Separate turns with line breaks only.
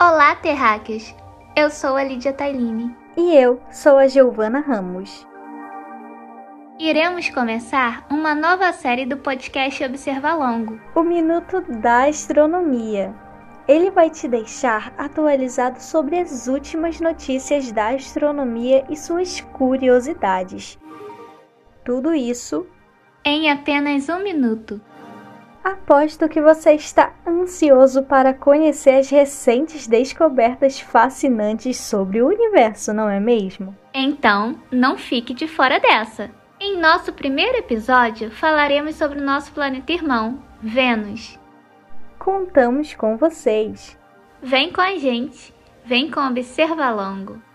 Olá, terráqueos! Eu sou a Lídia Tailine.
E eu sou a Giovana Ramos.
Iremos começar uma nova série do podcast Observa Longo.
O Minuto da Astronomia. Ele vai te deixar atualizado sobre as últimas notícias da astronomia e suas curiosidades. Tudo isso
Em apenas um minuto.
Aposto que você está ansioso para conhecer as recentes descobertas fascinantes sobre o universo, não é mesmo?
Então, não fique de fora dessa! Em nosso primeiro episódio, falaremos sobre o nosso planeta irmão, Vênus.
Contamos com vocês!
Vem com a gente! Vem com Observa Longo!